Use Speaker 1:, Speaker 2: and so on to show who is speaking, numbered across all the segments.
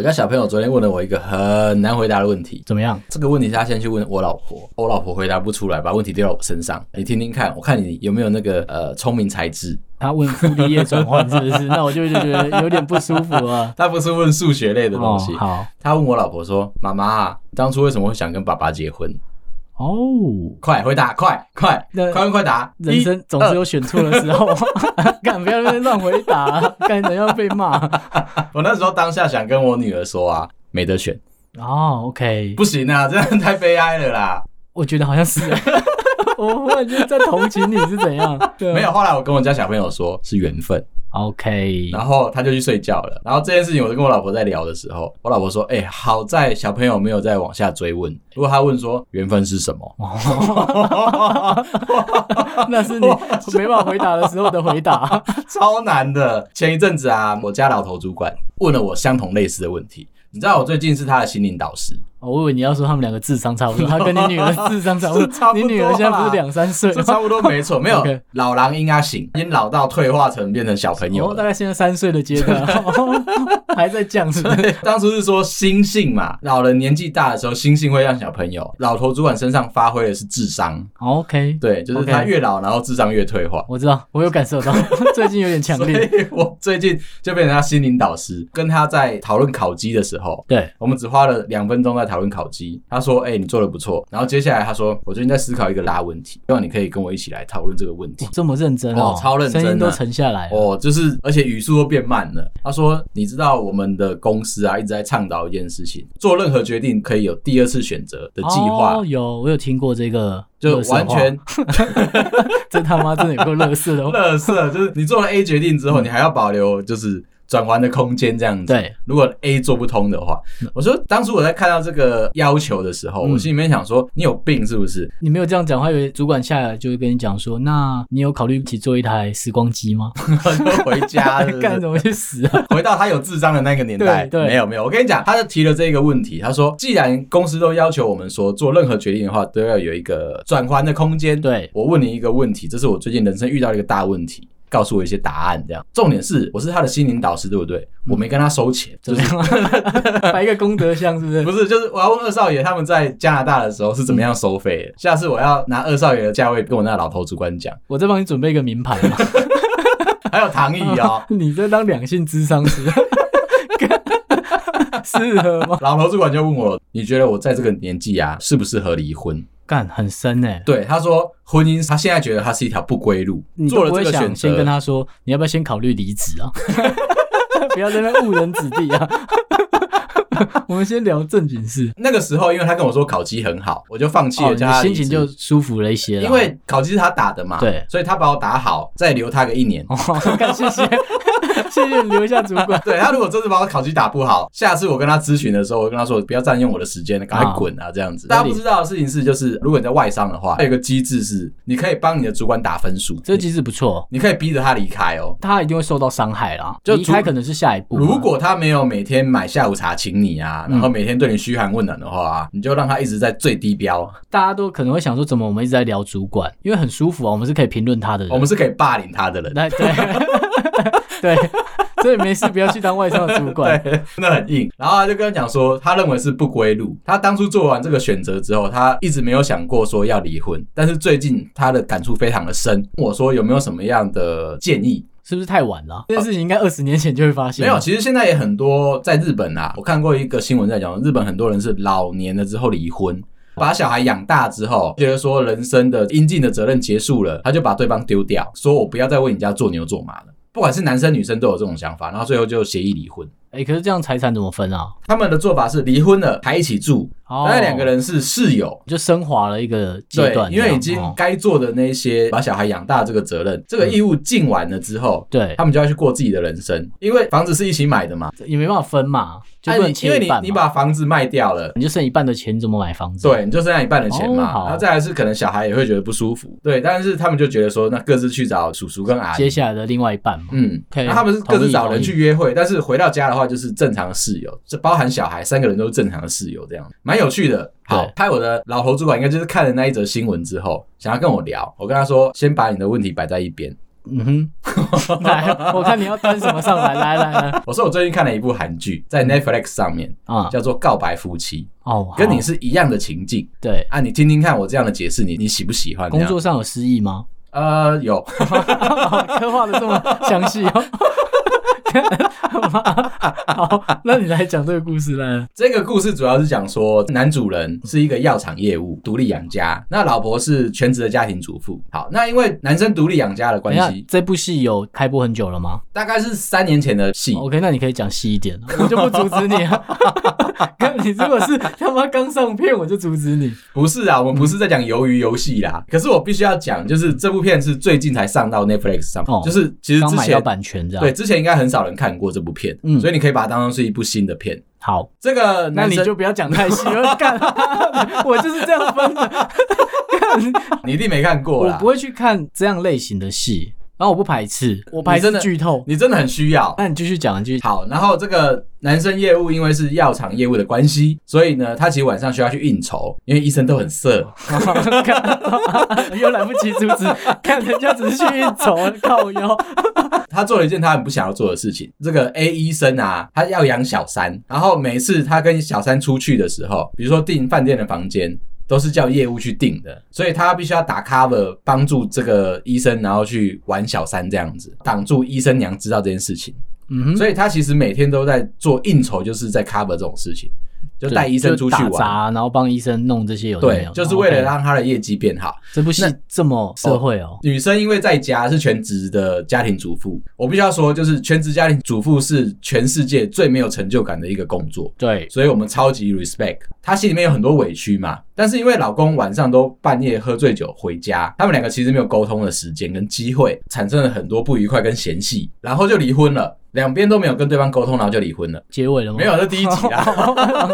Speaker 1: 那小朋友昨天问了我一个很难回答的问题，
Speaker 2: 怎么样？
Speaker 1: 这个问题他先去问我老婆，我老婆回答不出来，把问题丢到我身上。你听听看，我看你有没有那个呃聪明才智。
Speaker 2: 他问傅立叶转换是不 是？那我就就觉得有点不舒服了。
Speaker 1: 他不是问数学类的东西，
Speaker 2: 哦好
Speaker 1: 他问我老婆说：“妈妈，当初为什么会想跟爸爸结婚？
Speaker 2: 哦，
Speaker 1: 快回答，快快
Speaker 2: 那
Speaker 1: 快问快答！
Speaker 2: 人
Speaker 1: 一
Speaker 2: 生总是有选错的时候， 敢不要在那边乱回答，啊敢等要被骂。
Speaker 1: 我那时候当下想跟我女儿说啊，没得选，
Speaker 2: 哦，OK，
Speaker 1: 不行啊，这样太悲哀了啦。
Speaker 2: 我觉得好像 是，我忽然间在同情你是怎样？对啊
Speaker 1: 没有，后来我跟我家小朋友说是缘分，
Speaker 2: ，OK，
Speaker 1: 然后他就去睡觉了。然后这件事情，我就跟我老婆在聊的时候，我老婆说：“哎、好在小朋友没有再往下追问。如果他问说缘分是什么，
Speaker 2: 那是你没办法回答的时候的回 答。
Speaker 1: 超难的。前一阵子啊，我家老头主管问了我相同类似的问题。你知道我最近是他的心灵导师，
Speaker 2: 哦我以为你要说他们两个智商差不多，他跟你女儿 智商差不
Speaker 1: 是差
Speaker 2: 多，啊
Speaker 1: 不
Speaker 2: 你
Speaker 1: 多
Speaker 2: 女儿现在不是两三岁
Speaker 1: 这，差不多没 错，没有
Speaker 2: OK
Speaker 1: 老狼应该醒，已经老到退化成变成小朋友
Speaker 2: 哦，大
Speaker 1: 了。
Speaker 2: 概现在三岁的阶 段，哦还在降是不是？
Speaker 1: 当初是说心性嘛，老人年纪大的时候，心性会让小朋友。老头主管身上发挥的是智商，
Speaker 2: 哦 OK，
Speaker 1: 对，就是他
Speaker 2: OK
Speaker 1: 越老，然后智商越退化。
Speaker 2: 我知道，我有感受到， 最近有点强
Speaker 1: 所
Speaker 2: 烈。
Speaker 1: 以我最近就变成他心灵导师，跟他在讨论烤鸡的时候，
Speaker 2: 对，
Speaker 1: 我们只花了两分钟在讨论烤鸡。他说：“哎、你做的不错。”然后接下来他说：“我最近在思考一个拉问题，希望你可以跟我一起来讨论这个问题。
Speaker 2: 这么认真
Speaker 1: 哦超认真啊
Speaker 2: 声音都沉下来”了。
Speaker 1: 哦，就是，而且语速都变慢了。他说：“你知道我们的公司啊，一直在倡导一件事情，做任何决定可以有第二次选择的计划，
Speaker 2: 哦有我有听过这个
Speaker 1: 就
Speaker 2: 乐色话，
Speaker 1: 完全
Speaker 2: 这他妈真的有够乐色 的哦。
Speaker 1: 乐色。就是你做了 A 决定之后，你还要保留就是转弯的空间这样子。
Speaker 2: 对，
Speaker 1: 如果 A 做不通的话，我说当初我在看到这个要求的时候，
Speaker 2: 嗯
Speaker 1: 我心里面想说，你有病是不是？
Speaker 2: 你没有这样讲话，以为主管下来就会跟你讲说，那你有考虑一起做一台时光机吗？
Speaker 1: 就回家是不
Speaker 2: 干
Speaker 1: 是
Speaker 2: 什么去死啊？
Speaker 1: 回到他有智商的那个年代，
Speaker 2: 对对
Speaker 1: 没有没有，我跟你讲，他就提了这个问题，他说，既然公司都要求我们说做任何决定的话，都要有一个转圜的空间。
Speaker 2: 对
Speaker 1: 我问你一个问题，这是我最近人生遇到的一个大问题。告诉我一些答案，这样重点是我是他的心灵导师，对不对？
Speaker 2: 嗯
Speaker 1: 我没跟他收钱，
Speaker 2: 怎
Speaker 1: 就
Speaker 2: 么
Speaker 1: 是
Speaker 2: 样啊？摆一个功德箱是不 是？
Speaker 1: 不是，就是我要问二少爷他们在加拿大的时候是怎么样收费
Speaker 2: 嗯
Speaker 1: 的。下次我要拿二少爷的价位跟我那老头主管讲，
Speaker 2: 我再帮你准备一个名牌嘛。。
Speaker 1: 还有唐毅哦
Speaker 2: 你在当两性智商师， 干适合吗？
Speaker 1: 老头主管就问我，你觉得我在这个年纪啊，适不适合离婚？
Speaker 2: 干很深哎、
Speaker 1: 对，他说婚姻，他现在觉得他是一条不归路
Speaker 2: 你，
Speaker 1: 做
Speaker 2: 都
Speaker 1: 了
Speaker 2: 不会
Speaker 1: 这个
Speaker 2: 想
Speaker 1: 选
Speaker 2: 先跟
Speaker 1: 择。
Speaker 2: 他说，你要不要先考虑离职啊？ 不要在那边误人子弟啊！ 我们先聊正经事，
Speaker 1: 那个时候，因为他跟我说烤鸡很好，我就放弃
Speaker 2: 哦，
Speaker 1: 了
Speaker 2: 你
Speaker 1: 叫
Speaker 2: 的
Speaker 1: 他离
Speaker 2: 心
Speaker 1: 职、
Speaker 2: 情就舒服了一些了。
Speaker 1: 因为烤鸡是他打的嘛，
Speaker 2: 对
Speaker 1: 所以他把我打好，再留他个一年。
Speaker 2: 哦，感谢谢谢谢你留下主管。
Speaker 1: 对他如果这次把我烤鸡打不好，下次我跟他咨询的时候，我跟他说不要占用我的时间，赶快滚啊这样子。
Speaker 2: 那
Speaker 1: 大
Speaker 2: 你
Speaker 1: 家不知道的事情是，就是如果你在外商的话，还有一个机制是，你可以帮你的主管打分数，
Speaker 2: 这机制不错，
Speaker 1: 你可以逼着他离开哦。
Speaker 2: 他一定会受到伤害啦。
Speaker 1: 就
Speaker 2: 离开可能是下一步嘛。
Speaker 1: 如果他没有每天买下午茶请你啊，然
Speaker 2: 嗯
Speaker 1: 后每天对你嘘寒问暖的话、啊，你就让他一直在最低标。
Speaker 2: 大家都可能会想说，怎么我们一直在聊主管？因为很舒服啊，我们是可以评论他的人。
Speaker 1: 我们是可以霸凌他的人，
Speaker 2: 对对 对， 所以没事不要去当外商的主管。
Speaker 1: 对， 真的很硬。然后他就跟他讲说，他认为是不归路。他当初做完这个选择之后，他一直没有想过说要离婚，但是最近他的感触非常的深。问我说有没有什么样的建议？
Speaker 2: 是不是太晚了啊、这件事情应该二十年前就会发现。
Speaker 1: 没有，其实现在也很多在日本啊，我看过一个新闻在讲，日本很多人是老年了之后离婚。把小孩养大之后，觉得说人生的应尽的责任结束了，他就把对方丢掉，说我不要再为你家做牛做马了。不管是男生女生都有这种想法，然后最后就协议离婚。
Speaker 2: 哎、可是这样财产怎么分啊？
Speaker 1: 他们的做法是离婚了还一起住，
Speaker 2: 哦
Speaker 1: 那两个人是室友。
Speaker 2: 就升华了一个阶
Speaker 1: 对
Speaker 2: 段，，
Speaker 1: 因为已经
Speaker 2: 哦
Speaker 1: 该做的那些把小孩养大这个责任，这个义务尽完了之后，
Speaker 2: 嗯对
Speaker 1: 他，们就要去过自己的人生，因为房子是一起买的嘛，
Speaker 2: 也没办法分嘛，就不
Speaker 1: 哎
Speaker 2: 能
Speaker 1: 你
Speaker 2: 切
Speaker 1: 因为
Speaker 2: 一
Speaker 1: 你
Speaker 2: 半嘛。
Speaker 1: 你把房子卖掉了，
Speaker 2: 你就剩一半的钱，你怎么买房子？，
Speaker 1: 对，你就剩下一半的钱
Speaker 2: 哦
Speaker 1: 嘛，
Speaker 2: 好
Speaker 1: 然后再来是可能小孩也会觉得不舒服，对，但是他们就觉得说，那各自去找叔叔跟阿
Speaker 2: 接
Speaker 1: 姨，
Speaker 2: 下来的另外一半嘛。
Speaker 1: 嗯，
Speaker 2: 可以
Speaker 1: 那他们是各
Speaker 2: 同
Speaker 1: 自
Speaker 2: 意
Speaker 1: 找
Speaker 2: 哎同
Speaker 1: 人
Speaker 2: 意
Speaker 1: 去约会，但是回到家的话就是正常的室友，这包含小孩，三个人都是正常的室友，这样蛮有趣的。好
Speaker 2: 对，
Speaker 1: 拍我的老头 主管应该就是看了那一则新闻之后，想要跟我聊，我跟他说，先把你的问题摆在一边，
Speaker 2: 嗯哼，来，我看你要端什么上来，来来来，
Speaker 1: 我说我最近看了一部韩剧，在 Netflix 上面
Speaker 2: 啊，
Speaker 1: 叫做《告白夫妻
Speaker 2: 哦，》，
Speaker 1: 跟你
Speaker 2: 好
Speaker 1: 是一样的情境
Speaker 2: 对
Speaker 1: 啊。你听听看我这样的解释，你你喜不喜欢？
Speaker 2: 工作上有失忆吗？
Speaker 1: 这样呃有，
Speaker 2: 刻画的这么详细哦。 好，那你来讲这个故事来了。
Speaker 1: 这个故事主要是讲说，男主人是一个药厂业务，独立养家，那老婆是全职的家庭主妇。好，那因为男生独立养家的
Speaker 2: 等
Speaker 1: 关
Speaker 2: 一下
Speaker 1: 系，，
Speaker 2: 这部戏有开播很久了吗哦
Speaker 1: 大概是三年前的戏。
Speaker 2: ？OK，那你可以讲细一点，我就不阻止你啊。看你如果是他妈刚上片，我就阻止你。
Speaker 1: 不是
Speaker 2: 嗯
Speaker 1: 啊，我们不是在讲鱿鱼游戏啦。可是我必须要讲，就是这部片是最近才上到 Netflix 上，
Speaker 2: 哦
Speaker 1: 就是其实
Speaker 2: 刚
Speaker 1: 之
Speaker 2: 买到
Speaker 1: 前
Speaker 2: 版权这样。
Speaker 1: 对，之前应该很少人看过这部片，
Speaker 2: 嗯
Speaker 1: 所以你可以把它当成是一部新的片。
Speaker 2: 好，
Speaker 1: 这个
Speaker 2: 那
Speaker 1: 男
Speaker 2: 你
Speaker 1: 生
Speaker 2: 就不要讲太细 了。干，我就是这样分的。
Speaker 1: 你一定没看过
Speaker 2: 我
Speaker 1: 啦
Speaker 2: 不，会去看这样类型的戏，然后我不排斥，我排
Speaker 1: 真
Speaker 2: 斥
Speaker 1: 的
Speaker 2: 剧透。
Speaker 1: 你真的很需要。
Speaker 2: 那你继续讲，你 继续。
Speaker 1: 好，然后这个男生业务因为是药厂业务的关系，所以呢，他其实晚上需要去应酬，因为医生都很色。
Speaker 2: 又来不及阻止，看人家只是去应酬，靠腰。
Speaker 1: 他做了一件他很不想要做的事情。这个 A 医生啊，他要养小三，然后每次他跟小三出去的时候，比如说订饭店的房间。都是叫业务去订的，所以他必须要打 cover 帮助这个医生，然后去玩小三这样子，挡住医生娘知道这件事情。
Speaker 2: 嗯哼，
Speaker 1: 所以他其实每天都在做应酬，就是在 cover 这种事情，就带医生出去
Speaker 2: 就打
Speaker 1: 玩。
Speaker 2: 杂，然后帮医生弄这些有的没
Speaker 1: 对
Speaker 2: 有，
Speaker 1: 就是为了
Speaker 2: OK
Speaker 1: 让他的业绩变好。
Speaker 2: 这部戏
Speaker 1: 那
Speaker 2: 这么社会哦。
Speaker 1: 女生因为在家是全职的家庭主妇，我必须要说，就是全职家庭主妇是全世界最没有成就感的一个工作，
Speaker 2: 对，
Speaker 1: 所以我们超级 respect。她心里面有很多委屈嘛，但是因为老公晚上都半夜喝醉酒回家，他们两个其实没有沟通的时间跟机会，产生了很多不愉快跟嫌隙，然后就离婚了。两边都没有跟对方沟通，然后就离婚了。
Speaker 2: 结尾了吗？
Speaker 1: 没有，，这第一集啦。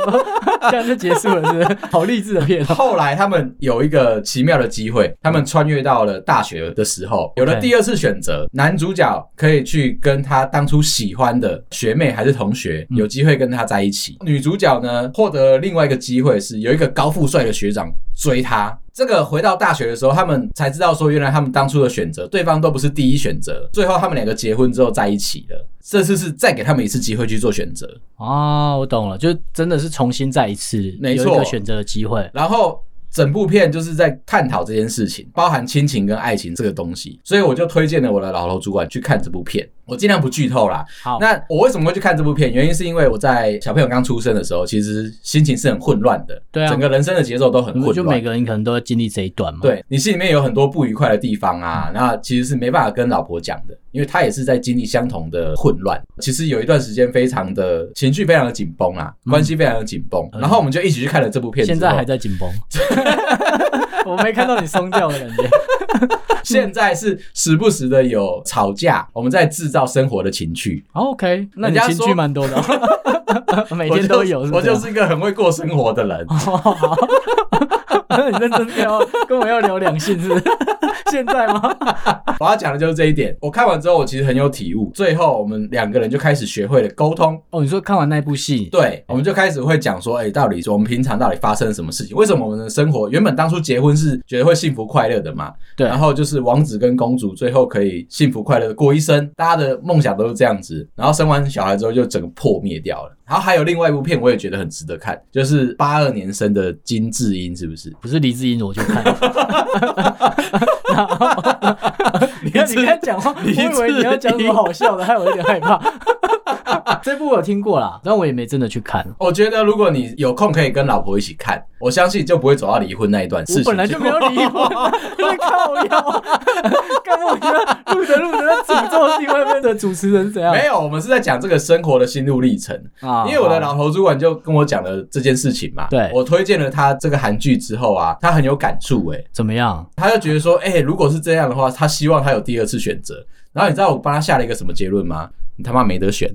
Speaker 2: 这样就结束了，是不 是？好励志的片哦。
Speaker 1: 后来他们有一个奇妙的机会，他们穿越到了大学的时候，有了
Speaker 2: OK
Speaker 1: 第二次选择。男主角可以去跟他当初喜欢的学妹还是同学，有机会跟他在一起。女主角呢，获得了另外一个机会，是有一个高富帅的学长追她。这个回到大学的时候，他们才知道说，原来他们当初的选择，对方都不是第一选择。最后他们两个结婚之后在一起了，这次是再给他们一次机会去做选择。
Speaker 2: 哦，我懂了，就真的是重新再一次，
Speaker 1: 没错
Speaker 2: 有一个选择的机会。
Speaker 1: 然后整部片就是在探讨这件事情，包含亲情跟爱情这个东西，所以我就推荐了我的老头主管去看这部片。我尽量不剧透啦。
Speaker 2: 好，
Speaker 1: 那我为什么会去看这部片？原因是因为我在小朋友刚出生的时候，其实心情是很混乱的，
Speaker 2: 对啊
Speaker 1: 整个人生的节奏都很混
Speaker 2: 就
Speaker 1: 乱
Speaker 2: 每。个人可能都会经历这一段嘛。，
Speaker 1: 对你心里面有很多不愉快的地方啊，那其实是没办法跟老婆讲的，因为她也是在经历相同的混乱。其实有一段时间非常的情绪非常的紧绷啊，关系非常的紧绷。然后我们就一起去看了这部片之后，
Speaker 2: 嗯现在还在紧绷。 我没看到你松掉的感觉。
Speaker 1: 现在是时不时的有吵架，我们在制造生活的情趣。
Speaker 2: 哦 OK，那你
Speaker 1: 人家
Speaker 2: 情
Speaker 1: 说
Speaker 2: 绪蛮多 的哦，每天都有。
Speaker 1: 我
Speaker 2: 不
Speaker 1: 就，我就是一个很会过生活的 人。
Speaker 2: 那 你认真聊，哦跟我要聊两性是不 是？现在吗？
Speaker 1: 我要讲的就是这一点。我看完之后，我其实很有体悟。最后，我们两个人就开始学会了沟通。
Speaker 2: 哦，你说看完那部戏，
Speaker 1: 对，我们就开始会讲说，哎、到底我们平常到底发生了什么事情？为什么我们的生活原本当初结婚是觉得会幸福快乐的嘛？
Speaker 2: 对
Speaker 1: 然后就是王子跟公主最后可以幸福快乐的过一生，大家的梦想都是这样子。然后生完小孩之后就整个破灭掉了。然后还有另外一部片，我也觉得很值得看，就是八二年生的金智英，是不是？
Speaker 2: 不是黎智英，我就看。 你看，
Speaker 1: 智
Speaker 2: 你看讲话，我
Speaker 1: 黎智英
Speaker 2: 以为你要讲什么好笑的，害我有点害怕。 这部我有听过啦，但我也没真的去看。
Speaker 1: 哦我觉得如果你有空可以跟老婆一起看，我相信就不会走到离婚那一段事
Speaker 2: 我
Speaker 1: 情。
Speaker 2: 本来就没有理我，在靠腰， 干我觉得录着录着在诅咒另外一边的主持人是怎样？
Speaker 1: 没有，我们是在讲这个生活的心路历程。
Speaker 2: 啊
Speaker 1: 因为我的老头主管就跟我讲了这件事情嘛，
Speaker 2: 对
Speaker 1: 我推荐了他这个韩剧之后啊，他很有感触诶、
Speaker 2: 怎么样？
Speaker 1: 他就觉得说，哎、如果是这样的话，他希望他有第二次选择。然后你知道我帮他下了一个什么结论吗？你他妈没得选，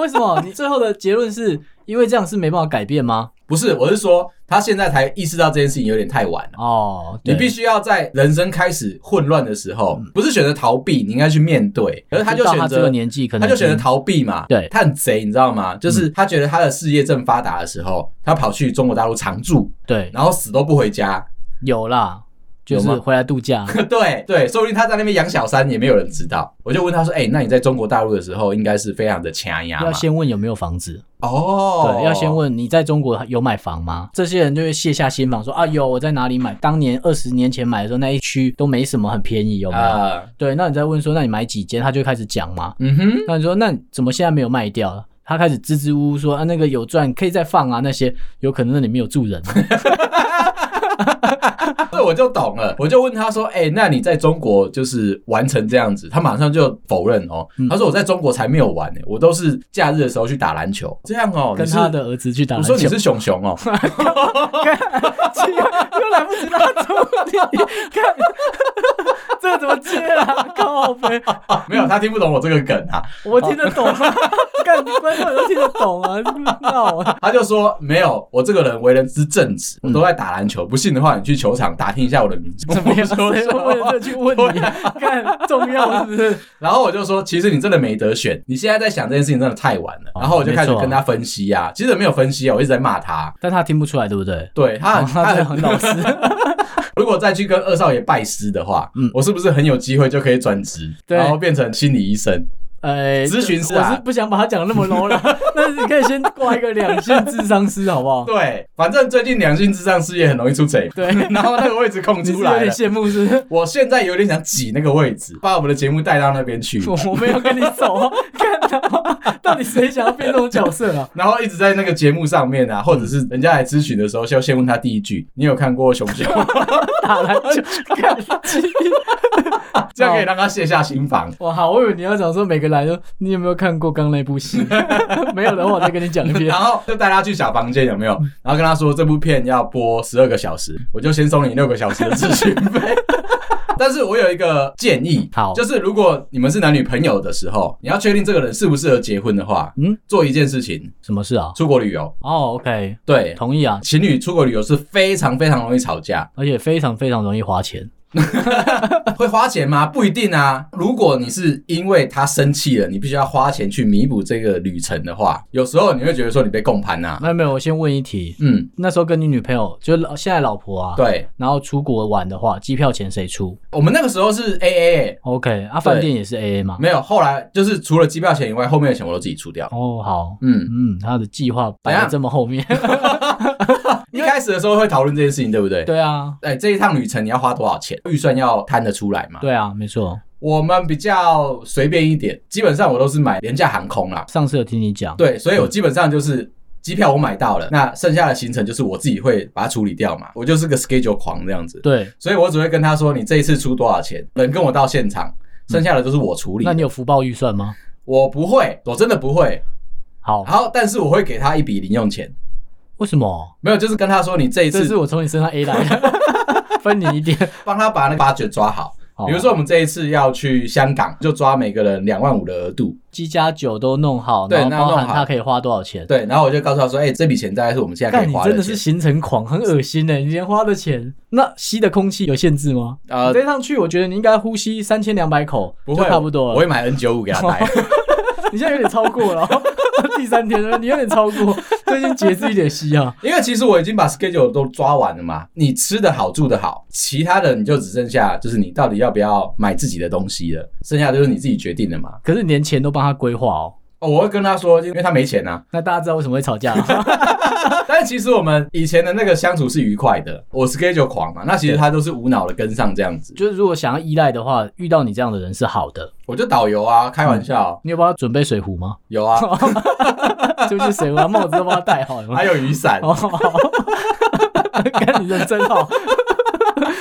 Speaker 2: 为什么？你最后的结论是因为这样是没办法改变吗？
Speaker 1: 不是，我是说他现在才意识到这件事情有点太晚了。
Speaker 2: 哦，
Speaker 1: 你
Speaker 2: 对嗯
Speaker 1: 必须要在人生开始混乱的时候，不是选择逃避，你应该去面对。可是他就
Speaker 2: 到
Speaker 1: 选
Speaker 2: 这个
Speaker 1: 择
Speaker 2: 年纪，可
Speaker 1: 他
Speaker 2: 能
Speaker 1: 就选择
Speaker 2: 已经
Speaker 1: 逃避嘛，
Speaker 2: 对嗯
Speaker 1: 他很贼，你知道吗？就是他觉得他的事业正发达的时候，他跑去中国大陆常住，
Speaker 2: 对
Speaker 1: 然后死都不回家，
Speaker 2: 有啦，就是
Speaker 1: 有吗
Speaker 2: 回来度假。
Speaker 1: 对对，说不定他在那边养小三也没有人知道。我就问他说：“哎、那你在中国大陆的时候，应该是非常的掐牙嘛
Speaker 2: 要？”先问有没有房子，
Speaker 1: 哦，
Speaker 2: 对，要先问你在中国有买房吗？这些人就会卸下心防说啊，有我在哪里买？当年二十年前买的时候，那一区都没什么，很便宜，有没有？
Speaker 1: 啊、
Speaker 2: 对，那你再问说，那你买几间？他就会开始讲嘛。
Speaker 1: 嗯哼，
Speaker 2: 那你说，那你怎么现在没有卖掉？哦他开始支支吾吾说啊，那个有赚可以再放啊，那些有可能那里面有住人啊、
Speaker 1: 哦这我就懂了，我就问他说：“哎、那你在中国就是玩成这样子？”他马上就否认哦，
Speaker 2: 嗯
Speaker 1: 他说：“我在中国才没有玩呢、我都是假日的时候去打篮球。”这样哦，
Speaker 2: 跟
Speaker 1: 你是
Speaker 2: 他的儿子去打
Speaker 1: 我
Speaker 2: 篮
Speaker 1: 说
Speaker 2: 球。
Speaker 1: 你是 熊熊哦，
Speaker 2: 又又来不及拉住你， 看这个怎么接啊？靠背，
Speaker 1: 没有，他听不懂我这个梗啊，
Speaker 2: 我听得懂 啊，看观众都听得懂啊，闹啊！
Speaker 1: 他就说没有，我这个人为人之正直，我都在打篮球。不信的话，你去球场打听一下我的名字。
Speaker 2: 怎么样？
Speaker 1: 我说
Speaker 2: 谁
Speaker 1: 实
Speaker 2: 会为了
Speaker 1: 话
Speaker 2: 这去问你？ 看重要是不是？
Speaker 1: 然后我就说，其实你真的没得选，你现在在想这件事情真的太晚了。
Speaker 2: 哦
Speaker 1: 然后我就开始
Speaker 2: 没错啊
Speaker 1: 跟他分析啊，其实没有分析啊，我一直在骂他。
Speaker 2: 但他听不出来，对不对？
Speaker 1: 对他
Speaker 2: 啊，
Speaker 1: 很，
Speaker 2: 他真的很老实。
Speaker 1: 如果再去跟二少爷拜师的话，
Speaker 2: 嗯
Speaker 1: 我是不是很有机会就可以转职，
Speaker 2: 对
Speaker 1: 然后变成心理医生？
Speaker 2: 呃，
Speaker 1: 咨询师
Speaker 2: 我
Speaker 1: 啊
Speaker 2: 是不想把他讲得那 么 low 了，但是你可以先挂一个两性智商师，好 不好？
Speaker 1: 对，反正最近两性智障事业很容易出贼，
Speaker 2: 对，
Speaker 1: 然后 那个位置空
Speaker 2: 你是
Speaker 1: 出
Speaker 2: 有
Speaker 1: 来
Speaker 2: 点
Speaker 1: 了。
Speaker 2: 羡慕是不是？
Speaker 1: 我现在有点想挤那个位置，把我们的节目带到那边去，
Speaker 2: 我我没有跟你走啊，看到到底谁想要变这种角色啊？
Speaker 1: 然后一直在那个节目上面啊，或
Speaker 2: 嗯
Speaker 1: 者是人家来咨询的时候，就先问他第一句：“你有看过熊熊吗？”
Speaker 2: 打篮球，看鸡
Speaker 1: 这样可以让他卸下心防。
Speaker 2: 哇，好，我以为你要讲说每个来都，你有没有看过刚那部戏？ 没有的话，我再跟你讲一遍
Speaker 1: 然。后就带他去小房间，有没有？然后跟他说这部片要播十二个小时，我就先收你六个小时的咨询费。 但是我有一个建议，
Speaker 2: 好
Speaker 1: 就是如果你们是男女朋友的时候，你要确定这个人适不适合结婚的话，
Speaker 2: 嗯
Speaker 1: 嗯，做一件事情，
Speaker 2: 什么事啊？
Speaker 1: 出国旅游。
Speaker 2: 哦，OK，
Speaker 1: 对，
Speaker 2: 同意啊，
Speaker 1: 情侣出国旅游是非常非常容易吵架，
Speaker 2: 而且非常非常容易花钱。
Speaker 1: 会花钱吗？不一定啊。如果你是因为他生气了，你必须要花钱去弥补这个旅程的话，有时候你会觉得说你被共攀呐、啊。
Speaker 2: 没有没有，我先问一题，
Speaker 1: 嗯，
Speaker 2: 那时候跟你女朋友，就老现在老婆啊，，
Speaker 1: 对，
Speaker 2: 然后出国玩的话，机票钱谁出
Speaker 1: 我们那个时候是 A A、欸。
Speaker 2: ？OK，啊，
Speaker 1: 对
Speaker 2: 饭店也是 AA 嘛。
Speaker 1: 没有，后来就是除了机票钱以外，后面的钱我都自己出掉。
Speaker 2: 哦，好，
Speaker 1: 嗯，
Speaker 2: 嗯，他的计划摆
Speaker 1: 怎
Speaker 2: 在
Speaker 1: 样
Speaker 2: 这 么后面。
Speaker 1: 一开始的时候会讨论这件事情，对不对？。
Speaker 2: 对啊，
Speaker 1: 哎，这一趟旅程你要花多少钱？预算要摊得出来嘛？
Speaker 2: 对啊，没错。
Speaker 1: 我们比较随便一点，基本上我都是买廉价航空啦。
Speaker 2: 上次有听你讲，
Speaker 1: 对，所以我基本上就是机票我买到了，那剩下的行程就是我自己会把它处理掉嘛。我就是个 schedule 狂这样子，
Speaker 2: 对，
Speaker 1: 所以我只会跟他说你这一次出多少钱，人跟我到现场，剩下的都是我处理。
Speaker 2: 嗯那你有福报预算吗？
Speaker 1: 我不会，我真的不会。
Speaker 2: 好，
Speaker 1: 好，但是我会给他一笔零用钱。
Speaker 2: 为什么？
Speaker 1: 没有，就是跟他说你这一
Speaker 2: 这
Speaker 1: 次
Speaker 2: 是我从你身上 A 来 的，分你一点。
Speaker 1: 帮他把那个八卷抓好。
Speaker 2: 哦
Speaker 1: 比如说，我们这一次要去香港，就抓每个人两万五的额度。
Speaker 2: 鸡加酒都弄好，
Speaker 1: 对
Speaker 2: 然后
Speaker 1: 那
Speaker 2: 包
Speaker 1: 弄
Speaker 2: 含
Speaker 1: 好
Speaker 2: 他可以花多少钱。
Speaker 1: 对，然后我就告诉他说：“哎、这笔钱大概是我们现在可
Speaker 2: 干，
Speaker 1: 以
Speaker 2: 你
Speaker 1: 花
Speaker 2: 真的
Speaker 1: 钱
Speaker 2: 是行程狂，很恶心欸呢。你连花的钱，那吸的空气有限制吗？
Speaker 1: 呃
Speaker 2: 你这趟去，我觉得你应该呼吸三千两百口，
Speaker 1: 不
Speaker 2: 就
Speaker 1: 会
Speaker 2: 差不多
Speaker 1: 我会
Speaker 2: 了。
Speaker 1: 买 N 九五给他戴。
Speaker 2: 你现在有点超过了 哦，第三天了，你有点超过，最近节制一点吸啊。
Speaker 1: 因为其实我已经把 schedule 都抓完了嘛。你吃的好，住的好，其他的你就只剩下就是你到底要不要买自己的东西了，剩下的就是你自己决定的嘛。
Speaker 2: 可是你连钱都帮他规划哦，
Speaker 1: 哦，我会跟他说，因为他没钱啊。
Speaker 2: 那大家知道为什么会吵架了？
Speaker 1: 但是其实我们以前的那个相处是愉快的，我 schedule 狂嘛，那其实他都是无脑的跟上这样子。
Speaker 2: 就是如果想要依赖的话，遇到你这样的人是好的。
Speaker 1: 我就导游啊，开玩笑，
Speaker 2: 你有帮他准备水壶吗？
Speaker 1: 有 啊，
Speaker 2: 哦出去水壶啊，帽子都帮他戴好了 吗
Speaker 1: 还？有雨伞。
Speaker 2: 哦，看你人真哦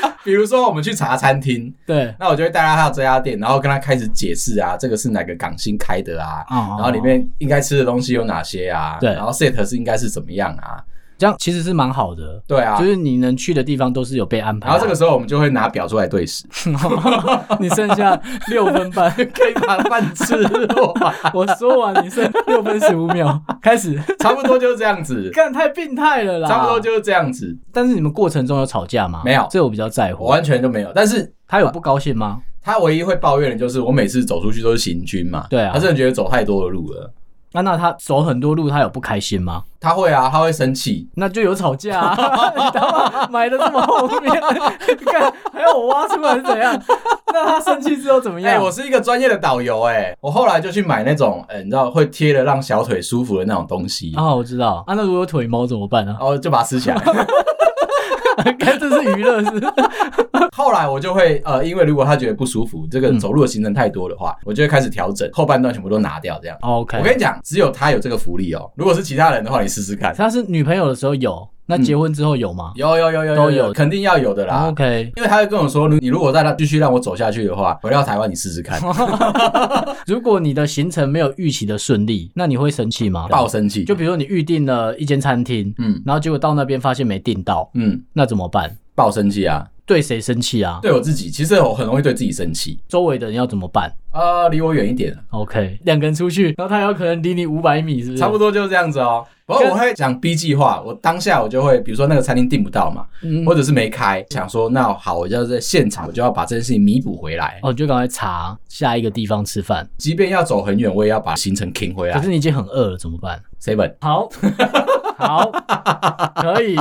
Speaker 2: 好，
Speaker 1: 比如说我们去茶餐厅，
Speaker 2: 对，
Speaker 1: 那我就会带他到这家店，然后跟他开始解释啊，这个是哪个港星开的啊，
Speaker 2: 然
Speaker 1: 然后里面应该吃的东西有哪些啊，
Speaker 2: 哦对
Speaker 1: 然后 set 是应该是怎么样啊，
Speaker 2: 这样其实是蛮好的，
Speaker 1: 对啊
Speaker 2: 就。是你能去的地方都是有被安排
Speaker 1: 然
Speaker 2: 好。
Speaker 1: 后这个时候我们就会拿表出来对 时，
Speaker 2: 个 你剩下六 分半，
Speaker 1: 可以把饭吃落吧，
Speaker 2: 我说完你剩六分十五秒，开始，
Speaker 1: 差不多就是这样 子，
Speaker 2: 干太病态了啦，
Speaker 1: 差不多。就是这样子，
Speaker 2: 但是你们过程中有吵架吗？
Speaker 1: 没有
Speaker 2: 这我比较在
Speaker 1: 我
Speaker 2: 乎。
Speaker 1: 完全就没有。但是
Speaker 2: 他有不高兴吗？
Speaker 1: 他唯一会抱怨的就是我每次走出去都是行军嘛，
Speaker 2: 对啊
Speaker 1: 他真的觉得走太多的路了。
Speaker 2: 那那他走很多路，他有不开心吗？
Speaker 1: 他会啊，他会生气。
Speaker 2: 那就有吵架、 啊，你他妈买的这么后面， 干还要我挖出来是怎样？那他生气之后怎么
Speaker 1: 哎、
Speaker 2: 样？
Speaker 1: 我是一个专业的导游，哎，我后来就去买那种，呃、你知道会贴的让小腿舒服的那种东西，
Speaker 2: 啊，我知道啊，那如果有腿毛怎么办啊
Speaker 1: 然？后就把它吃起来。
Speaker 2: 看这是娱乐是 不是？
Speaker 1: 后来我就会呃，因为如果他觉得不舒服，这个
Speaker 2: 嗯
Speaker 1: 走路的行程太多的话，我就会开始调整，后半段全部都拿掉，这样。
Speaker 2: 哦 OK，
Speaker 1: 我跟你讲，只有他有这个福利哦。如果是其他人的话，你试试看。
Speaker 2: 他是女朋友的时候有，那结婚之后有吗、
Speaker 1: 有有有有
Speaker 2: 都有哦
Speaker 1: 肯定要有的啦。
Speaker 2: o k
Speaker 1: 因为他会跟我说，你如果再让继续让我走下去的话，回到台湾你试试看，
Speaker 2: 哦如果你的行程没有预期的顺利，那你会生气吗？
Speaker 1: 爆生气。
Speaker 2: 就比如说你预定了一间餐厅，
Speaker 1: 嗯
Speaker 2: 然后结果到那边发现没订到，
Speaker 1: 嗯，
Speaker 2: 那怎么办？
Speaker 1: 爆生气啊！
Speaker 2: 对谁生气啊？
Speaker 1: 对我自己，其实我很容易对自己生气。
Speaker 2: 周围的人要怎么办
Speaker 1: 呃，离我远一点，
Speaker 2: ？OK，两个人出去，然后他有可能离你五百米，是不是？
Speaker 1: 差不
Speaker 2: 多。
Speaker 1: 多就是这样子哦。不过
Speaker 2: 跟
Speaker 1: 我会讲 B 计划，我当下我就会，比如说那个餐厅订不到嘛，
Speaker 2: 嗯
Speaker 1: 或者是没开，想说那好，我就要在现场，我就要把这件事情弥补回来。
Speaker 2: 哦，你就赶快查下一个地方吃饭。
Speaker 1: 即便要走很远，我也要把行程 king 回
Speaker 2: 可
Speaker 1: 来。
Speaker 2: 是你已经很饿了，怎么办？
Speaker 1: seven，
Speaker 2: 好， 好，可以。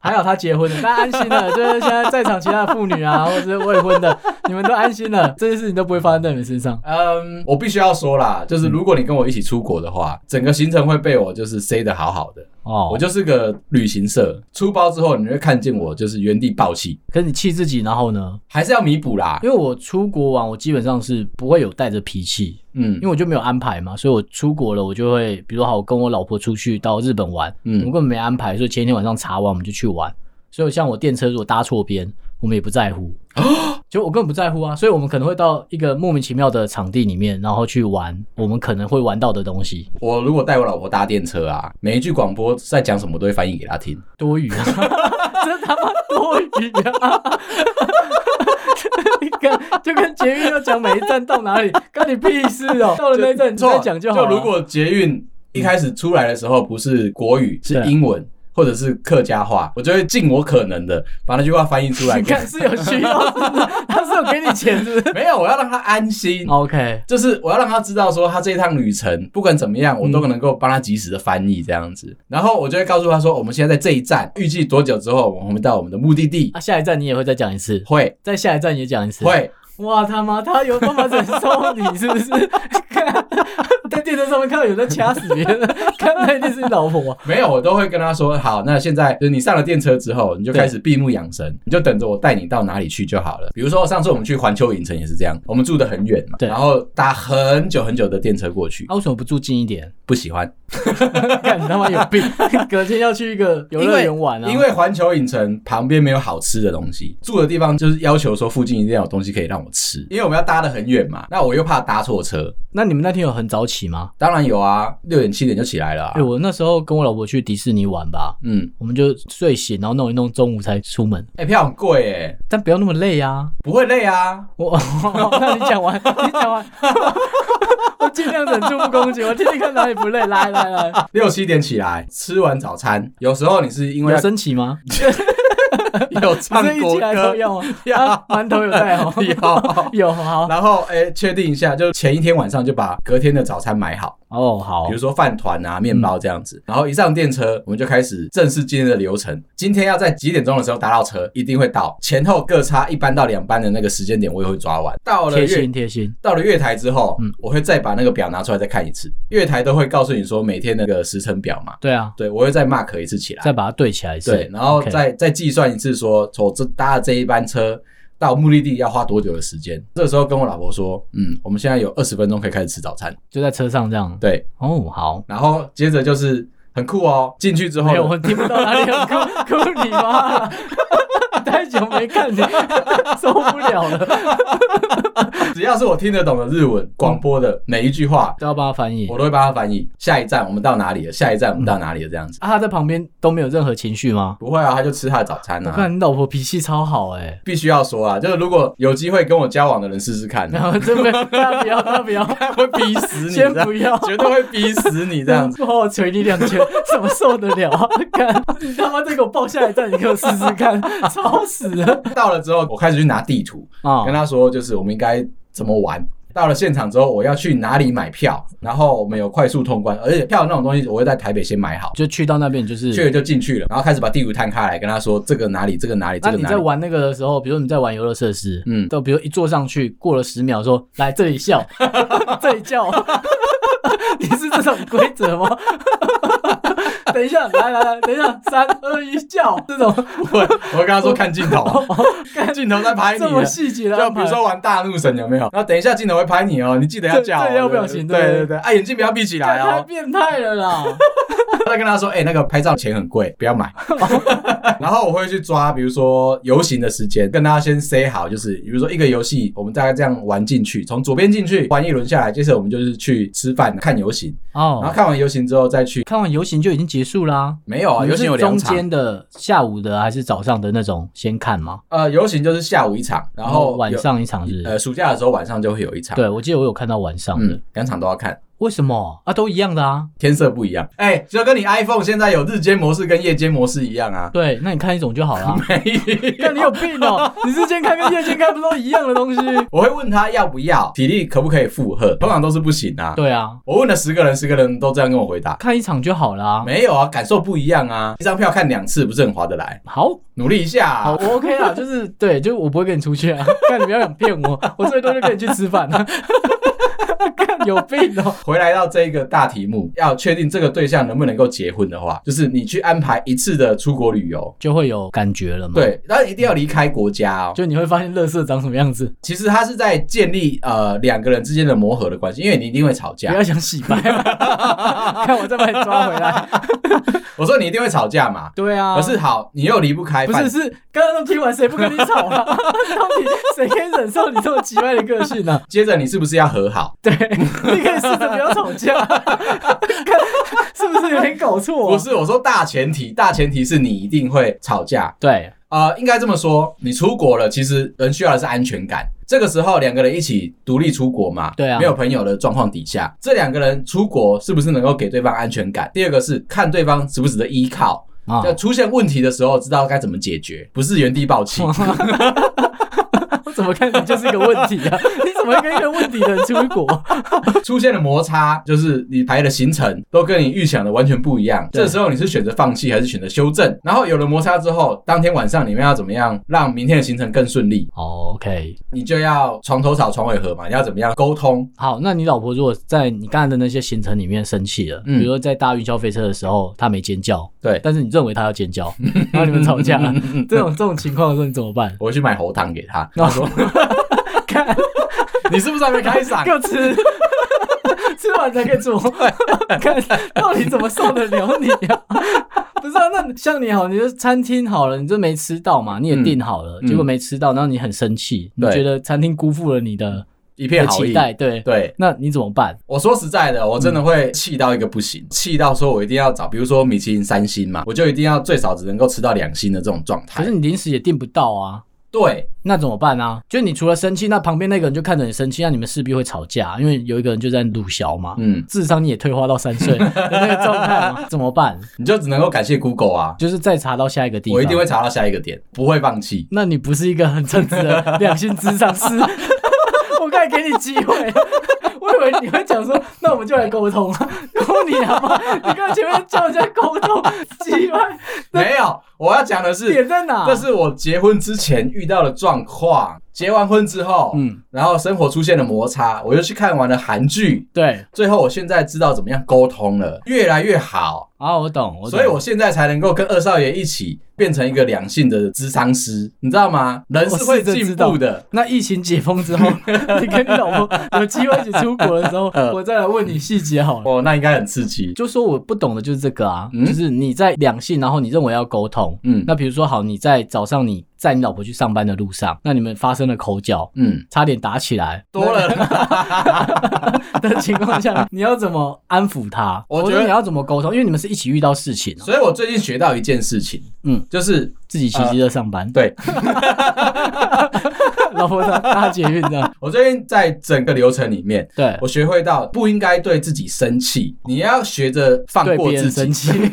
Speaker 2: 还有他结婚了，大家安心了。就是现在在场其他的妇女啊，或者是未婚的，你们都安心了，这件事情都不会发生在你们身上。
Speaker 1: 嗯，我必须要说啦，就是如果你跟我一起出国的话，整个行程会被我就是塞得好好的。
Speaker 2: 哦，
Speaker 1: 我
Speaker 2: 我就
Speaker 1: 就是个旅行社，出包之后你会看见我就是原地爆气，
Speaker 2: 可是你气自己，然后呢？
Speaker 1: 还是要弥补啦。
Speaker 2: 因为我出国玩，我基本上是不会有带着脾气，
Speaker 1: 嗯
Speaker 2: 因为我就没有安排嘛，所以我出国了，我就会，比如说好，我跟我老婆出去到日本玩，
Speaker 1: 嗯
Speaker 2: 我们根本没安排，所以前一天晚上查完我们就去玩。所以像我电车如果搭错边，我们也不在乎，就我根本不在乎啊。所以我们可能会到一个莫名其妙的场地里面，然后去玩我们可能会玩到的东西，
Speaker 1: 我如果带我老婆搭电车啊，每一句广播在讲什么都会翻译给她听。
Speaker 2: 多余 啊，真他妈多余啊！ 你看，就跟捷运要讲每一站到哪里，干你屁事 哦！到了那一站你再讲就好了。
Speaker 1: 如果捷运一开始出来的时候不是国语，是
Speaker 2: 嗯对啊
Speaker 1: 英文。或者是客家话，我就会尽我可能的把那句话翻译出来
Speaker 2: 你
Speaker 1: 给
Speaker 2: 看是有需要是不是，他是有给你钱是不 是
Speaker 1: 没有，我要让她安心，
Speaker 2: ？OK，
Speaker 1: 就是我要让她知道说她这一趟旅程不管怎么样，我都能够帮她及时的翻译这样子。然后我就会告诉她说，我们现在在这一站，预计多久之后我们到我们的目的地？
Speaker 2: 啊，下一站你也会再讲一次，
Speaker 1: 会
Speaker 2: 在下一站也讲一次。，
Speaker 1: 会，
Speaker 2: 哇他妈，他有办法忍受你是不是？ 看在电车上面看到有人在掐死别 人，看那一定是你老婆。
Speaker 1: 没有，我都会跟他说，好，那现在就是你上了电车之后，你就开始闭目养神，你就等着我带你到哪里去就好了。比如说上次我们去环球影城也是这样，我们住的很远嘛，
Speaker 2: 对
Speaker 1: 然后搭很久很久的电车过去，
Speaker 2: 啊，为什么不住近一 点？
Speaker 1: 不喜欢，
Speaker 2: 看你他妈有病！隔天要去一个游乐园玩啊，
Speaker 1: 因为环球影城旁边没有好吃的东西，住的地方就是要求说附近一定要有东西可以让我吃，因为我们要搭的很远嘛，那我又怕搭错车，
Speaker 2: 那你们那天有很早起吗？
Speaker 1: 当然有啊，六点七点就起来了、啊
Speaker 2: 对，，我那时候跟我老婆去迪士尼玩吧，
Speaker 1: 嗯，
Speaker 2: 我们就睡醒，然后弄一弄，中午才出门，
Speaker 1: 哎、票很贵哎、
Speaker 2: 但不要那么累啊。
Speaker 1: 不会累啊，
Speaker 2: 我， 那你讲完，你讲完， 我尽量忍住不攻击，我听听看哪里不累。来 来来，
Speaker 1: 六七点起来，吃完早餐，有时候你是因为
Speaker 2: 有
Speaker 1: 要
Speaker 2: 升旗吗？
Speaker 1: 有
Speaker 2: 不
Speaker 1: 唱
Speaker 2: 是一
Speaker 1: 国
Speaker 2: 起来
Speaker 1: 歌
Speaker 2: 都，要 吗？
Speaker 1: 要
Speaker 2: 啊，馒头有带哦，
Speaker 1: 有。
Speaker 2: 有好
Speaker 1: 然后哎，确、定一下，就前一天晚上就把隔天的早餐买好，
Speaker 2: 哦好
Speaker 1: 比如说饭团啊、面包这样子。然后一上电车，我们就开始正式今天的流程。今天要在几点钟的时候搭到车，一定会到。前后各差一班到两班的那个时间点，我也会抓完。到了
Speaker 2: 贴
Speaker 1: 月
Speaker 2: 心贴心，
Speaker 1: 到了月台之后，
Speaker 2: 嗯
Speaker 1: 我会再把那个表拿出来再看一次。月台都会告诉你说每天那个时程表嘛，
Speaker 2: 对啊，
Speaker 1: 对我会再 mark 一次起来。
Speaker 2: 再把它对起来一次，
Speaker 1: 对，然后
Speaker 2: OK
Speaker 1: 再再计算一次说，从这搭了这一班车到目的地要花多久的时间。这个时候跟我老婆说，嗯，我们现在有二十分钟可以开始吃早餐。
Speaker 2: 就在车上这样。
Speaker 1: 对，
Speaker 2: 哦好，
Speaker 1: 然后接着就是很酷哦，进去之后
Speaker 2: 没有，我听不到哪里有哭哭你妈 啦。太久没看你，受不了 了，
Speaker 1: 只要是我听得懂的日文广播的每一句话，
Speaker 2: 都要帮他翻译。
Speaker 1: 我都会帮他翻译。下一站我们到哪里了？下一站我们到哪里了？这样子。
Speaker 2: 啊，他在旁边都没有任何情绪吗？
Speaker 1: 不会啊，他就吃他的早餐
Speaker 2: 我
Speaker 1: 啊。
Speaker 2: 看你老婆脾气超好哎、
Speaker 1: 必须要说啊，就是如果有机会跟我交往的人试试看，啊
Speaker 2: 然后真不要，大家不要，大家 不要，
Speaker 1: 他会逼死你，
Speaker 2: 先
Speaker 1: 这样
Speaker 2: 不要
Speaker 1: 绝对会逼死你这 样子。
Speaker 2: 不好好捶你两拳，怎么受得了 啊？看你他妈再给我抱下来站，你给我试试 看，吵死了
Speaker 1: 到了之后，我开始去拿地图，
Speaker 2: 啊
Speaker 1: 跟！他说，就是我们应该怎么玩。到了现场之后，我要去哪里买票，然后我们有快速通关，而且票那种东西我会在台北先买好，
Speaker 2: 就去到那边你就是
Speaker 1: 去了就进去了，然后开始把地图摊开来，跟他说这个哪里，这个哪里，这
Speaker 2: 那
Speaker 1: 个
Speaker 2: 你
Speaker 1: 哪
Speaker 2: 在
Speaker 1: 里。
Speaker 2: 玩那个的时候，比如你在玩游乐设施，
Speaker 1: 嗯
Speaker 2: 嗯，到比如一坐上去，过了十秒说来这 里笑，这里叫， 你是这种规则吗？ 等一下，来来来，等一下，三二一叫，这种
Speaker 1: 我我跟他说看 镜头，镜头在拍你
Speaker 2: 这
Speaker 1: 了
Speaker 2: 么。啊细节的
Speaker 1: 就
Speaker 2: 安
Speaker 1: 比
Speaker 2: 排，
Speaker 1: 如说玩大怒神有没有？然后等一下镜头会拍你哦，你记得要
Speaker 2: 这
Speaker 1: 叫哦、
Speaker 2: 这要表情
Speaker 1: 对
Speaker 2: 对
Speaker 1: 对对，啊眼睛不要闭起来
Speaker 2: 干太
Speaker 1: 哦。
Speaker 2: 变态 了啦！
Speaker 1: 再跟他说，哎、那个拍照钱很贵，不要 买。然后我会去抓，比如说游行的时间，跟大家先 say 好，就是比如说一个游戏，我们大概这样玩进去，从左边进去玩一轮下来，接着我们就是去吃饭看游行，然后
Speaker 2: 哦，
Speaker 1: 看完游行之后再去。
Speaker 2: 看完游行就已经结束啦、
Speaker 1: 没有啊，游
Speaker 2: 你们是
Speaker 1: 行有两
Speaker 2: 中
Speaker 1: 场，
Speaker 2: 间的下午的还是早上的那种先看吗？
Speaker 1: 呃，游行就是下午一场，然后有
Speaker 2: 哦晚上一场是不是
Speaker 1: 呃暑假的时候晚上就会有一场，，
Speaker 2: 对，我记得我有看到晚上的，
Speaker 1: 嗯，两场都要看。
Speaker 2: 为什么啊？都一样的啊。
Speaker 1: 天色不一样，哎、就跟你 iPhone 现在有日间模式跟夜间模式一样 啊。
Speaker 2: 对，那你看一种就好啦。 看你有病哦、你日间看跟夜间看不都一样的东西？
Speaker 1: 我会问他要不要，体力可不可以负荷，通常都是不行啊。
Speaker 2: 对啊，
Speaker 1: 我问了十个人，十个人都这样跟我回答，
Speaker 2: 看一场就好啦。
Speaker 1: 没有啊，感受不一样啊。一张票看两次不是很划得来，
Speaker 2: 好，
Speaker 1: 努力一下、
Speaker 2: 好，
Speaker 1: 啊。
Speaker 2: 我 OK 啦，就是对，就是我不会跟你出去啊，看你不要想骗我，我最多就跟你去吃饭、啊。 看有病哦、
Speaker 1: 回来到这一个大题目，要确定这个对象能不能够结婚的话，就是你去安排一次的出国旅游，
Speaker 2: 就会有感觉了嘛。，
Speaker 1: 对，然后一定要离开国家哦。
Speaker 2: 嗯就你会发现乐色长什么样子，
Speaker 1: 其实他是在建立呃两个人之间的磨合的关系，因为你一定会吵
Speaker 2: 不
Speaker 1: 架。
Speaker 2: 要想洗白， 看我再把你抓回来。
Speaker 1: 我说你一定会吵架嘛，
Speaker 2: 对啊，
Speaker 1: 可是好，你又离不开，
Speaker 2: 不
Speaker 1: 反
Speaker 2: 是，是刚刚都听完，谁不跟你吵啊？ 到底谁可以忍受你这么奇怪的个性啊呢、
Speaker 1: 接着你是不是要和好？
Speaker 2: 对， 你可以试着不要吵架， 是不是有点搞错、
Speaker 1: 不，是，我说大前提，大前提是你一定会吵架。
Speaker 2: 对，
Speaker 1: 啊，应该这么说，你出国了，其实人需要的是安全感。这个时候两个人一起独立出国嘛，
Speaker 2: 对啊
Speaker 1: 没有朋友的状况底下，这两个人出国是不是能够给对方安全感？第二个是看对方值不值得依靠，
Speaker 2: 啊
Speaker 1: 要、出现问题的时候知道该怎么解决，不是原地爆气。
Speaker 2: 我怎么看你就是一个问题 啊？你怎么会跟一个问题的人出国？
Speaker 1: 出现了摩擦，就是你排的行程都跟你预想的完全不一样。
Speaker 2: 对
Speaker 1: 这时候你是选择放弃还是选择修正？然后有了摩擦之后，当天晚上你们要怎么样让明天的行程更顺利？
Speaker 2: 哦、o k
Speaker 1: 你就要床头吵，床尾和嘛，你要怎么样沟通？
Speaker 2: 好，那你老婆如果在你刚才的那些行程里面生气了，
Speaker 1: 嗯
Speaker 2: 比如说在搭云霄飞车的时候她没尖叫，
Speaker 1: 对
Speaker 2: 但是你认为她要尖 叫，然后你们吵架了，这种这种情况的时候你怎么办？
Speaker 1: 我会去买喉糖给 他。
Speaker 2: 那我说
Speaker 1: 你是不是还没开嗓
Speaker 2: 给？我吃，吃完才可 以做。看到底怎么受得了你啊？ 不是啊，那像你好，你就餐厅好了，你就没吃到嘛，你也订好了，
Speaker 1: 嗯
Speaker 2: 结果没吃到，然后你很生气，你
Speaker 1: 对
Speaker 2: 觉得餐厅辜负了你的
Speaker 1: 一
Speaker 2: 你的
Speaker 1: 片好
Speaker 2: 期
Speaker 1: 意。
Speaker 2: 待，对，
Speaker 1: 对，
Speaker 2: 那你怎么办？
Speaker 1: 我说实在的，我真的会气到一个不
Speaker 2: 嗯
Speaker 1: 行，气到说我一定要找，比如说米其林三星嘛，我就一定要最少只能够吃到两星的这种状
Speaker 2: 可
Speaker 1: 态
Speaker 2: 是。你临时也订不到啊。
Speaker 1: 对，
Speaker 2: 那怎么办啊？就你除了生气，那旁边那个人就看着你生气，那你们势必会吵架，因为有一个人就在鲁小嘛，
Speaker 1: 嗯，
Speaker 2: 智商你也退化到三岁的那个状态 嘛，怎么办？
Speaker 1: 你就只能够感谢 Google 啊，
Speaker 2: 就是再查到下一个地方。
Speaker 1: 我一定会查到下一个点，不会放弃。
Speaker 2: 那你不是一个很称职的良心智 商师。我刚才给你机会，我以为你会讲说，那我们就来沟通啊，沟你好吗？你刚才前面叫人家沟通，机会
Speaker 1: 没有，我要讲的是，
Speaker 2: 点在 哪？
Speaker 1: 这是我结婚之前遇到的状况。结完婚之后，
Speaker 2: 嗯，
Speaker 1: 然后生活出现了摩擦，我又去看完了韩剧，
Speaker 2: 对
Speaker 1: 最后我现在知道怎么样沟通了，越来越好，
Speaker 2: 啊，我懂，我懂
Speaker 1: 所以我现在才能够跟二少爷一起变成一个两性的智商师，你知道吗？人是会进步的。
Speaker 2: 那疫情解封之 后，你跟你老婆有机会一起出国 的时候，我再来问你细节好了。
Speaker 1: 哦，那应该很刺激。
Speaker 2: 就说我不懂的就是这个啊，
Speaker 1: 嗯
Speaker 2: 就是你在两性，然后你认为要沟通，
Speaker 1: 嗯
Speaker 2: 那比如说好，你在早上你载你老婆去上班的路上，那你们发生了口角，
Speaker 1: 嗯，
Speaker 2: 差点打起来
Speaker 1: 多 了，
Speaker 2: 的情 况下，你要怎么安抚他？
Speaker 1: 我
Speaker 2: 或
Speaker 1: 觉得
Speaker 2: 者你要怎么沟通，因为你们是一起遇到事情啊，
Speaker 1: 所以我最近学到一件事情，
Speaker 2: 嗯，
Speaker 1: 就是
Speaker 2: 自己骑机车上班，
Speaker 1: 对呃
Speaker 2: 老婆搭搭捷运这 样，
Speaker 1: 我最近在整个流程里面，
Speaker 2: 对，
Speaker 1: 我学会到不应该对自己生气，你要学着放
Speaker 2: 对
Speaker 1: 过
Speaker 2: 别
Speaker 1: 自
Speaker 2: 人生
Speaker 1: 己。
Speaker 2: 气，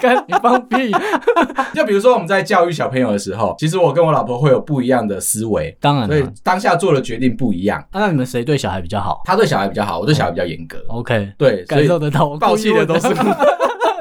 Speaker 2: 干你放屁！
Speaker 1: 就比如说我们在教育小朋友的时候，其实我跟我老婆会有不一样的思维，
Speaker 2: 当然
Speaker 1: 所以
Speaker 2: 了，
Speaker 1: 当下做的决定不一样。
Speaker 2: 啊那你们谁对小孩比较好
Speaker 1: 她对小孩比较好，我对小孩比较严格。
Speaker 2: ？OK，
Speaker 1: 对，所
Speaker 2: 哦感
Speaker 1: 以
Speaker 2: 受得到，我
Speaker 1: 爆气的都是
Speaker 2: 故意问的。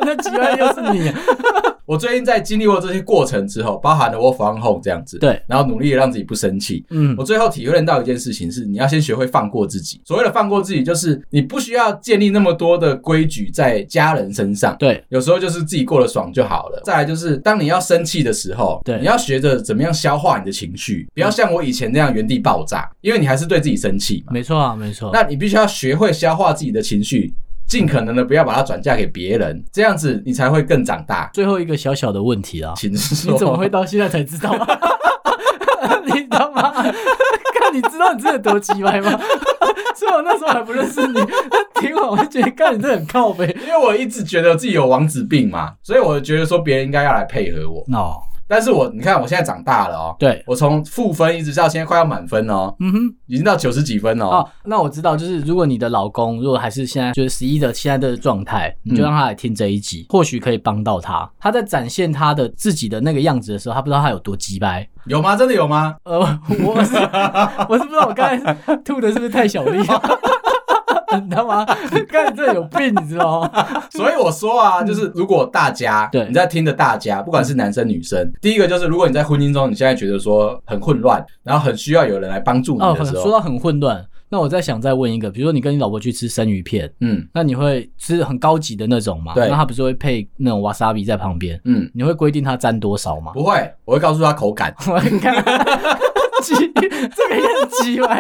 Speaker 2: 那几万又是你啊，
Speaker 1: 我最近在经历过这些过程之后，包含了 work from home 这样子，
Speaker 2: 对，
Speaker 1: 然后努力地让自己不生气。
Speaker 2: 嗯
Speaker 1: 我最后体会到一件事情是，你要先学会放过自己。所谓的放过自己，就是你不需要建立那么多的规矩在家人身上，
Speaker 2: 对，
Speaker 1: 有时候就是自己过得爽就好了。再来就是，当你要生气的时候，
Speaker 2: 对
Speaker 1: 你要学着怎么样消化你的情绪，不要像我以前那样原地爆炸，因为你还是对自己生气嘛。
Speaker 2: 没错啊，没错。
Speaker 1: 那你必须要学会消化自己的情绪，尽可能的不要把它转嫁给别人，这样子你才会更长大。
Speaker 2: 最后一个小小的问题啊，
Speaker 1: 请说，
Speaker 2: 你怎么会到现在才知道？ 你他妈！看你知道你真的多鸡掰吗？ 所以我那时候还不认识你，听完我就觉得，看你这很靠背。
Speaker 1: 因为我一直觉得自己有王子病嘛，所以我觉得说别人应该要来配合我。
Speaker 2: 哦，
Speaker 1: 但是我你看，我现在长大了哦，
Speaker 2: 对，
Speaker 1: 我从负分一直到现在快要满分哦，
Speaker 2: 嗯哼。
Speaker 1: 已经到九十几分哦。
Speaker 2: 哦，那我知道，就是如果你的老公如果还是现在就是十一的现在的状态，你就让他来听这一集，或许可以帮到他。他在展现他的自己的那个样子的时候，他不知道他有多鸡掰。
Speaker 1: 有吗？真的有吗？
Speaker 2: 呃，我 是我是不知道我刚才吐的是不是太小力了。 你他妈，看你这有病，你知道吗？
Speaker 1: 所以我说啊，就是如果大家
Speaker 2: 嗯对
Speaker 1: 你在听的大家，不管是男生女生，第一个就是如果你在婚姻中你现在觉得说很混乱，然后很需要有人来帮助
Speaker 2: 哦，
Speaker 1: 你的
Speaker 2: 很
Speaker 1: 时
Speaker 2: 说
Speaker 1: 候，
Speaker 2: 到很混乱，那我再想再问一个，比如说你跟你老婆去吃生鱼片，
Speaker 1: 嗯
Speaker 2: 那你会吃很高级的那种吗？
Speaker 1: 对
Speaker 2: 那他不是会配那种 wasabi 在旁边？
Speaker 1: 嗯，
Speaker 2: 你会规定他沾 多少吗？
Speaker 1: 不会，我会告诉他口 感。
Speaker 2: 我看，鸡，这个也很鸡歪。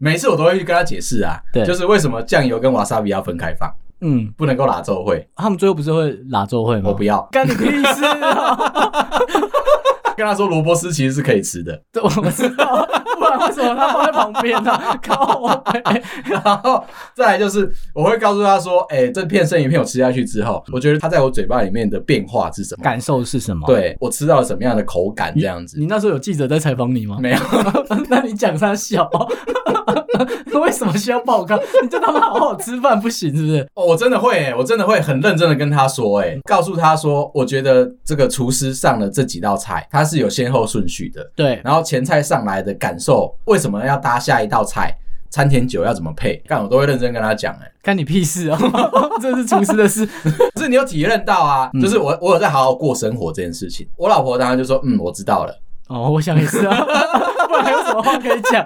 Speaker 1: 每次我都会去跟他解释啊，
Speaker 2: 对
Speaker 1: 就是为什么酱油跟瓦萨比要分开放，
Speaker 2: 嗯，
Speaker 1: 不能够拉皱会，
Speaker 2: 他们最后不是会拉奏会吗？
Speaker 1: 我不要。
Speaker 2: 干你屁事啊！
Speaker 1: 跟他说萝卜丝其实是可以吃的，
Speaker 2: 这我不知道，不然为什么他放在旁边呢、 啊？靠北！
Speaker 1: 然后再来就是我会告诉他说，哎、这片生鱼片我吃下去之后，我觉得它在我嘴巴里面的变化是什么？
Speaker 2: 感受是什么？，
Speaker 1: 对我吃到了什么样的口感这样子？
Speaker 2: 哦你那时候有记者在采访你吗？
Speaker 1: 没有，
Speaker 2: 那你讲他小， 为什么需要报告？你就他妈好好吃饭不行是不是？
Speaker 1: 哦，我真的会、欸，我真的会很认真的跟他说、欸，告诉他说，我觉得这个厨师上了这几道菜，它是有先后顺序的，
Speaker 2: 对，
Speaker 1: 然后前菜上来的感受，为什么要搭下一道菜？餐前酒要怎么配？干，我都会认真跟他讲、欸，哎，
Speaker 2: 干你屁事啊！ 这是厨师的事。
Speaker 1: 可是你有体认到啊，
Speaker 2: 嗯
Speaker 1: 就是我我有在好好过生活这件事情。我老婆当然就说，嗯，我知道了。
Speaker 2: 哦，我想也是啊， 不然还有什么话可以讲？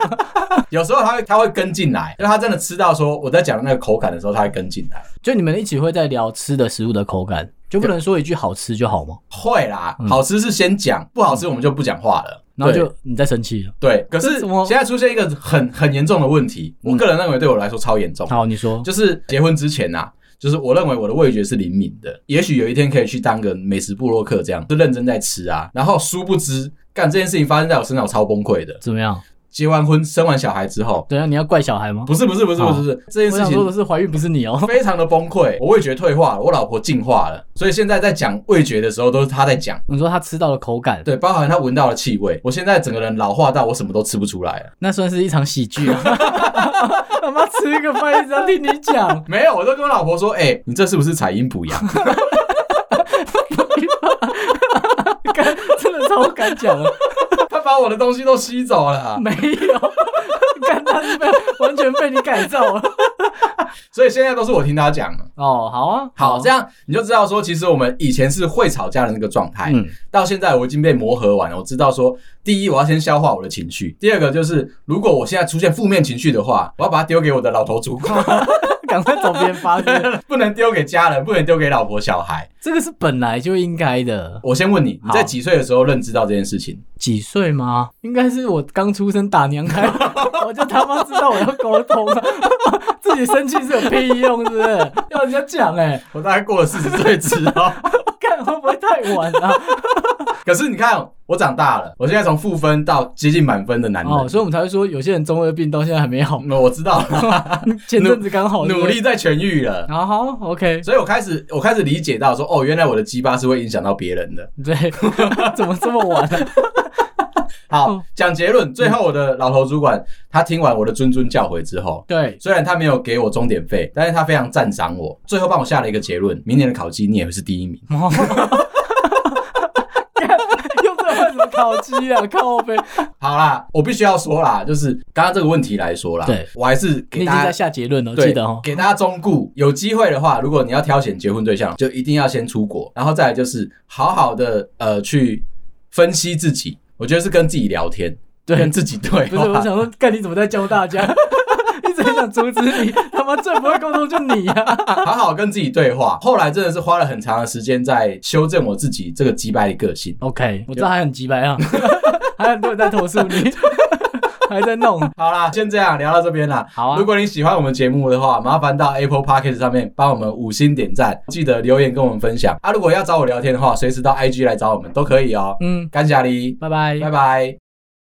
Speaker 1: 有时候她会她会跟进来，因为她真的吃到说我在讲的那个口感的时候，她会跟进来。
Speaker 2: 就你们一起会在聊吃的食物的口感，就不能说一句好吃就好吗？
Speaker 1: 会啦，
Speaker 2: 嗯
Speaker 1: 好吃是先讲，不好吃我们就不讲话了。
Speaker 2: 然后
Speaker 1: 对
Speaker 2: 就你再生气了。
Speaker 1: 对，可
Speaker 2: 这
Speaker 1: 是
Speaker 2: 怎么嗯
Speaker 1: 现在出现一个很很严重的问题，我个人认为对我来说超严重，
Speaker 2: 好，你说
Speaker 1: 就是结婚之前啊。就是我认为我的味觉是灵敏的，也许有一天可以去当个美食部落客，这样就认真在吃啊。然后殊不知，干这件事情发生在我身上，我超崩溃的。
Speaker 2: 怎么样？
Speaker 1: 结完婚、生完小孩之后，
Speaker 2: 等一下你要怪小孩吗？
Speaker 1: 不是不是不是不是不是这
Speaker 2: 哦
Speaker 1: 件
Speaker 2: 我
Speaker 1: 事
Speaker 2: 想说
Speaker 1: 情
Speaker 2: 的是怀孕不是你哦。
Speaker 1: 非常的崩溃，我味觉退化了，我老婆进化了，所以现在在讲味觉的时候都是她在讲，
Speaker 2: 你说他吃到了口感，
Speaker 1: 对，包含她闻到的气味，我现在整个人老化到我什么都吃不出来了。
Speaker 2: 那算是一场喜剧啊！ 他妈吃一个饭一直要听你讲，
Speaker 1: 没有，我都跟我老婆说，哎、你这是不是采阴补阳？
Speaker 2: 干真的超敢讲了，
Speaker 1: 她把我的东西都吸走了啊，
Speaker 2: 没有， 干他是被完全被你改造了。
Speaker 1: 所以现在都是我听她讲了。
Speaker 2: 哦，好啊，
Speaker 1: 好，这样你就知道说，其实我们以前是会吵架的那个状态，
Speaker 2: 嗯，
Speaker 1: 到现在我已经被磨合完了。我知道说，第一我要先消化我的情绪，第二个就是如果我现在出现负面情绪的话，我要把它丢给我的老头主管。
Speaker 2: 赶快找别人发泄，
Speaker 1: 不能丢给家人，不能丢给老婆小孩。
Speaker 2: 这个是本来就应该的。
Speaker 1: 我先问你，
Speaker 2: 好
Speaker 1: 你在几岁的时候认知到这件事情？
Speaker 2: 几岁吗？应该是我刚出生打娘胎， 我就他妈知道我要沟通了， 自己生气是有屁用，是不是？ 要人家讲哎、欸，
Speaker 1: 我大概过了四十岁之后，
Speaker 2: 看会不会太晚啊了、
Speaker 1: 可是你看，我长大了，我现在从负分到接近满分的男人。
Speaker 2: 哦，所以我们才会说有些人中二病到现在还没好，
Speaker 1: 嗯我知道 了，
Speaker 2: 前阵子刚好
Speaker 1: 努力。在痊愈了。
Speaker 2: 然后啊 OK，
Speaker 1: 所以我开始，我开始理解到说，哦，原来我的鸡巴是会影响到别人的。
Speaker 2: 啊 对，怎么这么晚呢、
Speaker 1: 好
Speaker 2: 嗯，
Speaker 1: 讲结论。最后我的老头主管他听完我的谆谆教诲之后，
Speaker 2: 对，
Speaker 1: 虽然他没有给我钟点费，但是他非常赞赏我，最后帮我下了一个结论：明年的考绩你也会是第一名。
Speaker 2: 用这换什么烤鸡啊？靠呗，
Speaker 1: 好啦，我必须要说啦，就是刚刚这个问题来说啦，
Speaker 2: 对
Speaker 1: 我还是
Speaker 2: 你
Speaker 1: 给
Speaker 2: 已经
Speaker 1: 大
Speaker 2: 在
Speaker 1: 家。
Speaker 2: 下结论了，
Speaker 1: 对，
Speaker 2: 记得哦。
Speaker 1: 给大家忠顾。有机会的话，如果你要挑选结婚对象，就一定要先出国，然后再来就是好好的呃去分析自己。我觉得是跟自己聊天，
Speaker 2: 对
Speaker 1: 跟自己对话。
Speaker 2: 不是，我想说，干你怎么在教大家？ 一直很想阻止你，他妈最不会沟通就你呀、啊！
Speaker 1: 好好跟自己对话。后来真的是花了很长的时间在修正我自己这个鸡掰的个性。
Speaker 2: OK，我知道还很急白啊， 还有很多人在投诉你， 还在弄。
Speaker 1: 好啦，先这样聊到这边啦。
Speaker 2: 好啊
Speaker 1: 如果你喜欢我们节目的话，麻烦到 Apple Podcast 上面帮我们五星点赞，记得留言跟我们分享啊。如果要找我聊天的话，随时到 IG 来找我们都可以哦。
Speaker 2: 嗯，
Speaker 1: 感谢你，
Speaker 2: 拜拜
Speaker 1: 拜。拜。